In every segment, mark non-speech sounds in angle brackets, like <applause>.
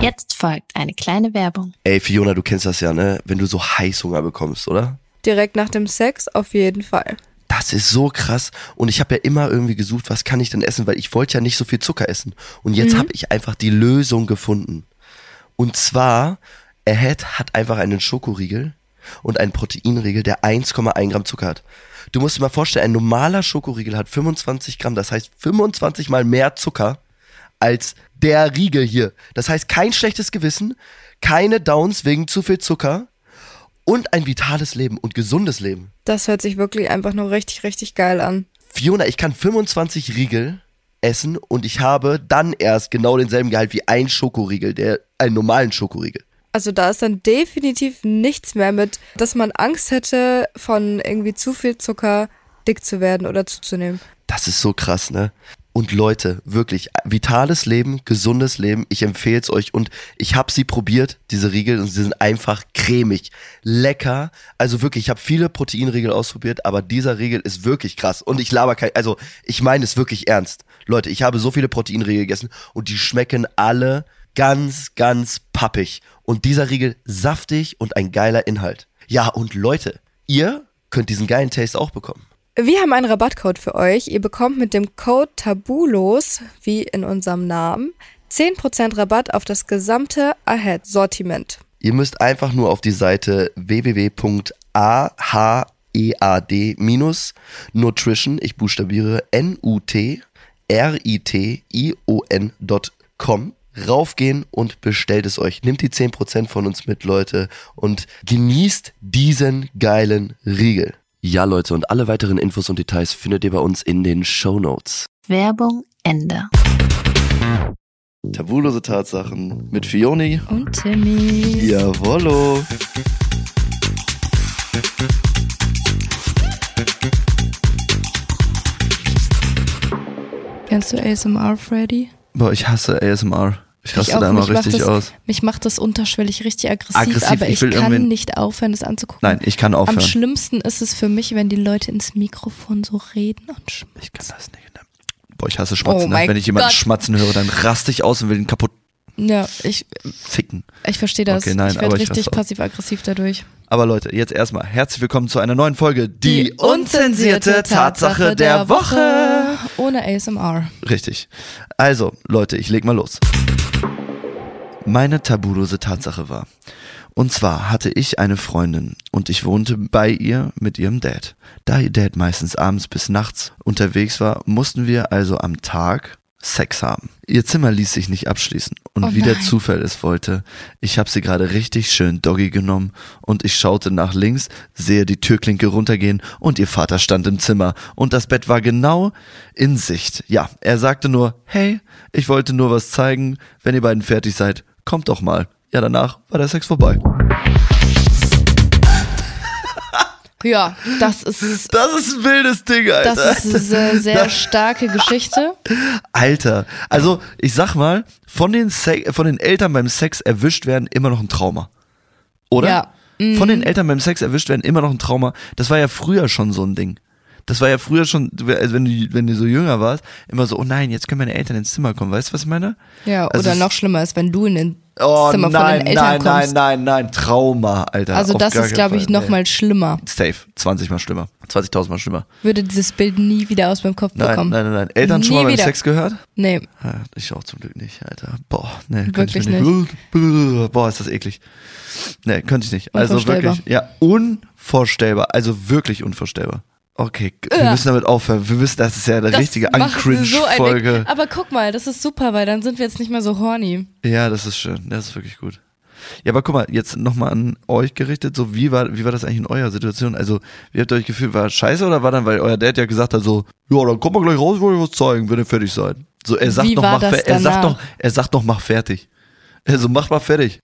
Jetzt folgt eine kleine Werbung. Ey, Fiona, du kennst das ja, ne? Wenn du so Heißhunger bekommst, oder? Direkt nach dem Sex auf jeden Fall. Das ist so krass. Und ich habe ja immer irgendwie gesucht, was kann ich denn essen, weil ich wollte ja nicht so viel Zucker essen. Und jetzt habe ich einfach die Lösung gefunden. Und zwar, Ahead hat einfach einen Schokoriegel und einen Proteinriegel, der 1,1 Gramm Zucker hat. Du musst dir mal vorstellen, ein normaler Schokoriegel hat 25 Gramm, das heißt 25 mal mehr Zucker als der Riegel hier. Das heißt, kein schlechtes Gewissen, keine Downs wegen zu viel Zucker und ein vitales Leben und gesundes Leben. Das hört sich wirklich einfach nur richtig, richtig geil an. Fiona, ich kann 25 Riegel essen und ich habe dann erst genau denselben Gehalt wie ein Schokoriegel, der einen normalen Schokoriegel. Also da ist dann definitiv nichts mehr mit, dass man Angst hätte, von irgendwie zu viel Zucker dick zu werden oder zuzunehmen. Das ist so krass, ne? Und Leute, wirklich, vitales Leben, gesundes Leben, ich empfehle es euch und ich habe sie probiert, diese Riegel, und sie sind einfach cremig, lecker. Also wirklich, ich habe viele Proteinriegel ausprobiert, aber dieser Riegel ist wirklich krass und ich laber kein, also ich meine es wirklich ernst. Leute, ich habe so viele Proteinriegel gegessen und die schmecken alle ganz, ganz pappig. Und dieser Riegel saftig und ein geiler Inhalt. Ja, und Leute, ihr könnt diesen geilen Taste auch bekommen. Wir haben einen Rabattcode für euch. Ihr bekommt mit dem Code TABULOS, wie in unserem Namen, 10% Rabatt auf das gesamte Ahead-Sortiment. Ihr müsst einfach nur auf die Seite E www.ahead-nutrition, ich buchstabiere N-U-T-R-I-T-I-O-N.com, raufgehen und bestellt es euch. Nehmt die 10% von uns mit, Leute, und genießt diesen geilen Riegel. Ja, Leute, und alle weiteren Infos und Details findet ihr bei uns in den Show Notes. Werbung Ende. Tabulose Tatsachen mit Fioni. Und Timmy. Jawollo. Kennst du ASMR, Freddy? Boah, ich hasse ASMR. Ich raste auch, da immer mich macht richtig das- aus. Mich macht das unterschwellig richtig aggressiv, Aggressiv, aber ich ich, will kann irgendwie- nicht aufhören, das anzugucken. Nein, ich kann Am aufhören. schlimmsten ist es für mich, wenn die Leute ins Mikrofon so reden und schmutzen. Ich kann das nicht. Boah, ich hasse Schmatzen. Oh ne? mein Wenn ich jemanden Gott. schmatzen höre, dann raste ich aus und will ihn kaputt Ja, ich, ficken. ich verstehe das. Okay, nein, ich werde aber ich richtig raste aus. passiv-aggressiv dadurch. Aber Leute, jetzt erstmal herzlich willkommen zu einer neuen Folge. Die, Ohne ASMR. Richtig. Also, Leute, ich leg mal los. Meine tabulose Tatsache war. Und zwar hatte ich eine Freundin und ich wohnte bei ihr mit ihrem Dad. Da ihr Dad meistens abends bis nachts unterwegs war, mussten wir also am Tag Sex haben. Ihr Zimmer ließ sich nicht abschließen. Und Oh wie der nein. Zufall es wollte, ich habe sie gerade richtig schön Doggy genommen und ich schaute nach links, sehe die Türklinke runtergehen und ihr Vater stand im Zimmer und das Bett war genau in Sicht. Ja, er sagte nur, hey, ich wollte nur was zeigen, wenn ihr beiden fertig seid, kommt doch mal. Ja, danach war der Sex vorbei. Ja, das <laughs> ist, Das ist ein wildes Ding, Alter. das ist eine sehr starke Geschichte. Alter, also ich sag mal, von den, Se von den Eltern beim Sex erwischt werden immer noch ein Trauma. Oder? Ja. Mhm. Von den Eltern beim Sex erwischt werden immer noch ein Trauma. Das war ja früher schon so ein Ding. Das war ja früher schon, also wenn du, wenn du so jünger warst, immer so, oh nein, jetzt können meine Eltern ins Zimmer kommen. Weißt du, was ich meine? Ja, Also oder es- noch schlimmer ist, wenn du in den Oh Zimmer von nein, den Eltern nein, kommst. nein, nein, nein, Trauma, Alter. Also Auf das gar ist, keinen glaube ich, Fall. nochmal schlimmer. Nee. Safe, 20 mal schlimmer. 20.000 mal schlimmer. Würde dieses Bild nie wieder aus meinem Kopf Nein, bekommen. nein, nein, nein. Eltern schon Nie mal beim wieder. Sex gehört? Nee, Ja, Äh, Ich auch zum Glück nicht, Alter. Boah, nee, Wirklich könnte ich mir nicht. <laughs> Boah, ist das eklig. Nee, könnte ich nicht. Also Unvorstellbar. wirklich, ja, unvorstellbar. Also wirklich unvorstellbar. Okay, g- wir Ja. müssen damit aufhören. Wir wissen, das ist ja eine das richtige macht so ein- Uncringe-Folge. Aber guck mal, das ist super, weil dann sind wir jetzt nicht mehr so horny. ja, das ist schön. Das ist wirklich gut. Ja, aber guck mal, jetzt nochmal an euch gerichtet. So, wie war, wie war das eigentlich in eurer Situation? Also, wie habt ihr euch gefühlt? War scheiße oder war dann, weil euer Dad ja gesagt hat, so, ja, dann kommen wir gleich raus, wollen wir was zeigen, wenn ihr fertig seid. So, er sagt Wie noch, war mach, das fer- er sagt danach? noch, er sagt noch, mach fertig. Also, mach mal fertig.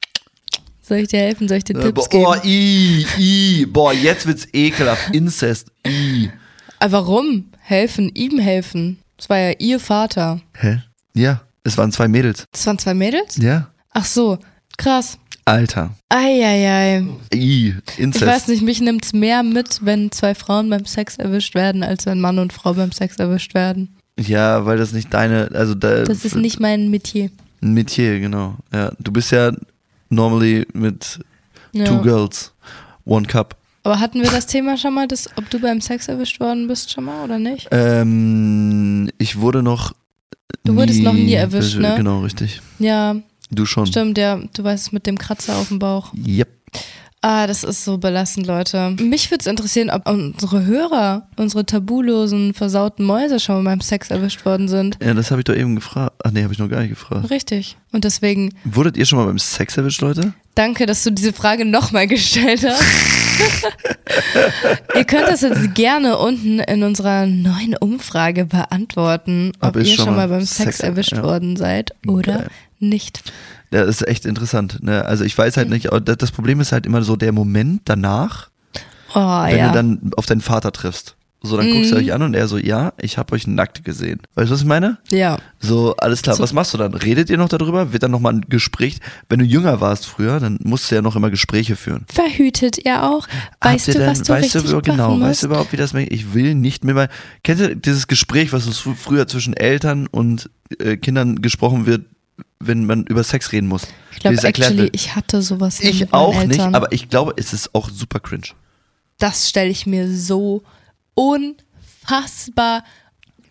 Soll ich dir helfen? Soll ich dir Äh, Boah, Tipps geben? oh, i, i, boah, jetzt wird's ekelhaft. Incest, i. Aber warum? Helfen, ihm helfen. Das war ja ihr Vater. Hä? Ja, es waren zwei Mädels. Das waren zwei Mädels? Ja. Ach so, krass. Alter. Eieiei. I, Incest. Ich weiß nicht, mich nimmt's mehr mit, wenn zwei Frauen beim Sex erwischt werden, als wenn Mann und Frau beim Sex erwischt werden. Ja, weil das nicht deine, also da, Das ist nicht mein Metier. Ein Metier, genau. Ja, du bist ja normally mit two Ja. girls, one cup. Aber hatten wir das Thema schon mal, dass, ob du beim Sex erwischt worden bist schon mal oder nicht? Ähm, ich wurde noch. Du wurdest noch nie erwischt, ne? Genau, richtig. Ja, Du schon. stimmt, ja. Du weißt es mit dem Kratzer auf dem Bauch. Yep. Ah, das ist so belastend, Leute. Mich würde es interessieren, ob unsere Hörer, unsere tabulosen, versauten Mäuse schon mal beim Sex erwischt worden sind. Ja, das habe ich doch eben gefragt. Ach nee, habe ich noch gar nicht gefragt. Richtig. Und deswegen Wurdet ihr schon mal beim Sex erwischt, Leute? danke, dass du diese Frage nochmal gestellt hast. <laughs> ihr könnt das jetzt gerne unten in unserer neuen Umfrage beantworten, ob, Ob ihr ihr schon schon mal mal beim Sex, Sex- erwischt ja. worden seid oder Geil. nicht. Ja, das ist echt interessant. Ne? Also ich weiß halt nicht, aber das das Problem ist halt immer so der Moment danach, Oh wenn ja. Mhm. du dann auf deinen Vater triffst. So, dann guckst du euch an und er so, ja, ich habe euch nackt gesehen. Weißt du, was ich meine? ja. So, alles Also klar, was machst du dann? Redet ihr noch darüber? Wird dann nochmal ein Gespräch? Wenn du jünger warst früher, dann musst du ja noch immer Gespräche führen. Verhütet ihr auch? Weißt Habt ihr du, denn- was du weißt richtig du, genau, machen weißt musst? du überhaupt, wie das mir, ich will nicht mehr mal, kennst du dieses Gespräch, was uns fr- früher zwischen Eltern und äh, Kindern gesprochen wird, wenn man über Sex reden muss? Ich glaube, Dieses erklärt actually, wird. ich hatte sowas nie mit Ich meinen auch nicht, Eltern. aber ich glaube, es ist auch super cringe. das stelle ich mir so unfassbar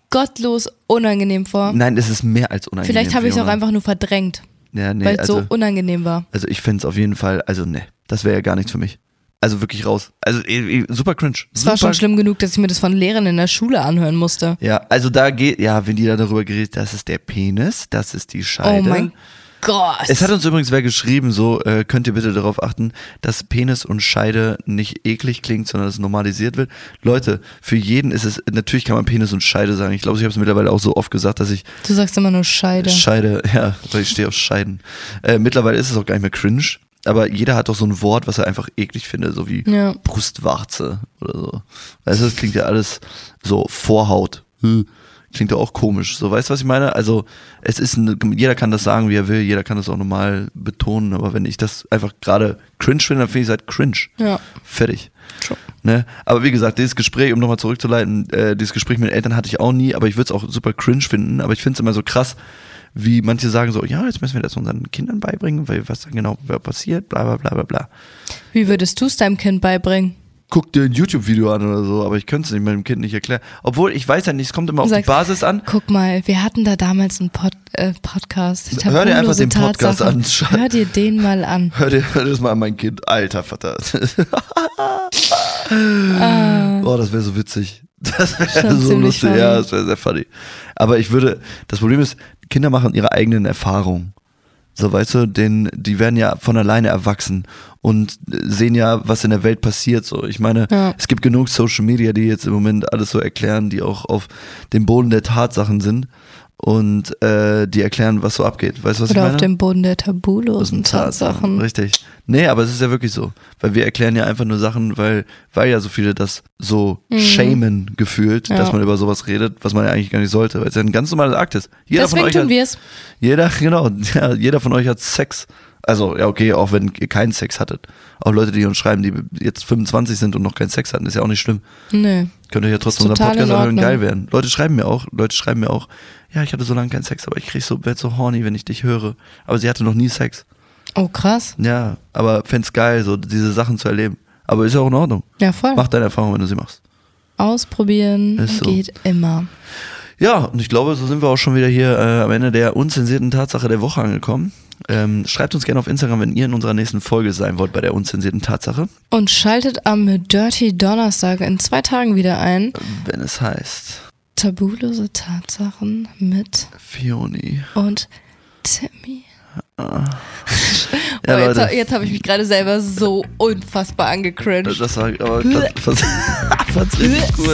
gottlos unangenehm vor. Nein, es ist mehr als unangenehm. Vielleicht habe ich es auch Fiona. einfach nur verdrängt, Ja, nee, weil es also, so unangenehm war. also ich finde es auf jeden Fall, also ne, das wäre ja gar nichts für mich. Also wirklich raus. Also eh, eh, super cringe. Es war super, schon schlimm genug, dass ich mir das von Lehrern in der Schule anhören musste. Ja, also da geht, ja, wenn die da darüber geredet, das ist der Penis, das ist die Scheide. Oh mein Gott. Es hat uns übrigens wer geschrieben, so äh, könnt ihr bitte darauf achten, dass Penis und Scheide nicht eklig klingt, sondern es normalisiert wird. Leute, für jeden ist es, natürlich kann man Penis und Scheide sagen. Ich glaube, ich habe es mittlerweile auch so oft gesagt, dass ich du sagst immer nur Scheide. Scheide, <laughs> ja, weil ich stehe auf Scheiden. Äh, mittlerweile ist es auch gar nicht mehr cringe, aber jeder hat doch so ein Wort, was er einfach eklig findet, so wie Ja. Brustwarze oder so. Weißt du, das klingt ja alles so Vorhaut. Hm. Klingt ja auch komisch. So, weißt du, was ich meine? Also, es ist ein, jeder kann das sagen, wie er will, jeder kann das auch normal betonen, aber wenn ich das einfach gerade cringe finde, dann finde ich es halt cringe. Ja. Fertig. Sure. Ne? Aber wie gesagt, dieses Gespräch, um nochmal zurückzuleiten, äh, dieses Gespräch mit Eltern hatte ich auch nie, aber ich würde es auch super cringe finden. Aber ich finde es immer so krass, wie manche sagen so, ja, jetzt müssen wir das unseren Kindern beibringen, weil was dann genau passiert, bla bla bla bla bla. Wie würdest du es deinem Kind beibringen? Guck dir ein YouTube-Video an oder so, aber ich könnte es nicht meinem Kind nicht erklären. Obwohl, ich weiß ja nicht, es kommt immer auf die Sagst- Basis an. Guck mal, wir hatten da damals einen Pod, äh, Podcast. Hör dir einfach Tabulose den Podcast Tatsachen. an, Schatz. Hör dir den mal an. Hör dir hör dir das mal an, mein Kind. Alter Vater. Boah, das wäre so witzig. Das wäre Ah. Schon so ziemlich lustig. funny. Ja, das wäre sehr funny. Aber ich würde, das Problem ist, Kinder machen ihre eigenen Erfahrungen. So, weißt du, denn die werden ja von alleine erwachsen und sehen ja, was in der Welt passiert. So, ich meine, Ja. es gibt genug Social Media, die jetzt im Moment alles so erklären, die auch auf dem Boden der Tatsachen sind und äh, die erklären, was so abgeht. Weißt du, was ich Oder meine? auf dem Boden der tabulosen Tatsachen. Richtig. Nee, aber es ist ja wirklich so. Weil wir erklären ja einfach nur Sachen, weil, weil ja so viele das so shamen gefühlt, Mhm. Ja. dass man über sowas redet, was man ja eigentlich gar nicht sollte, weil es ja ein ganz normaler Akt ist. Jeder von Deswegen euch tun hat, wir es. Jeder, <laughs> genau, ja, jeder von euch hat Sex. Also, ja, okay, auch wenn ihr keinen Sex hattet. Auch Leute, die uns schreiben, die jetzt 25 sind und noch keinen Sex hatten, ist ja auch nicht schlimm. Nö. Könnt ihr ja trotzdem Ist unseren total Podcast in anhören, Ordnung. geil werden. Leute schreiben mir auch, Leute schreiben mir auch, ja, ich hatte so lange keinen Sex, aber ich krieg so, werd so horny, wenn ich dich höre. Aber sie hatte noch nie Sex. Oh, krass. Ja, aber fänd's geil, so diese Sachen zu erleben. Aber ist ja auch in Ordnung. Ja, voll. Mach deine Erfahrung, wenn du sie machst. Ausprobieren Ist so. geht immer. Ja, und ich glaube, so sind wir auch schon wieder hier äh, am Ende der unzensierten Tatsache der Woche angekommen. Ähm, schreibt uns gerne auf Instagram, wenn ihr in unserer nächsten Folge sein wollt bei der unzensierten Tatsache. Und schaltet am Dirty Donnerstag in zwei Tagen wieder ein. Wenn es heißt, Tabulose Tatsachen mit Fioni. <laughs> und Timmy. Ja, oh, jetzt, Leute. jetzt habe ich mich gerade selber so unfassbar Das angecringed. das war aber das, das, fand's richtig cool.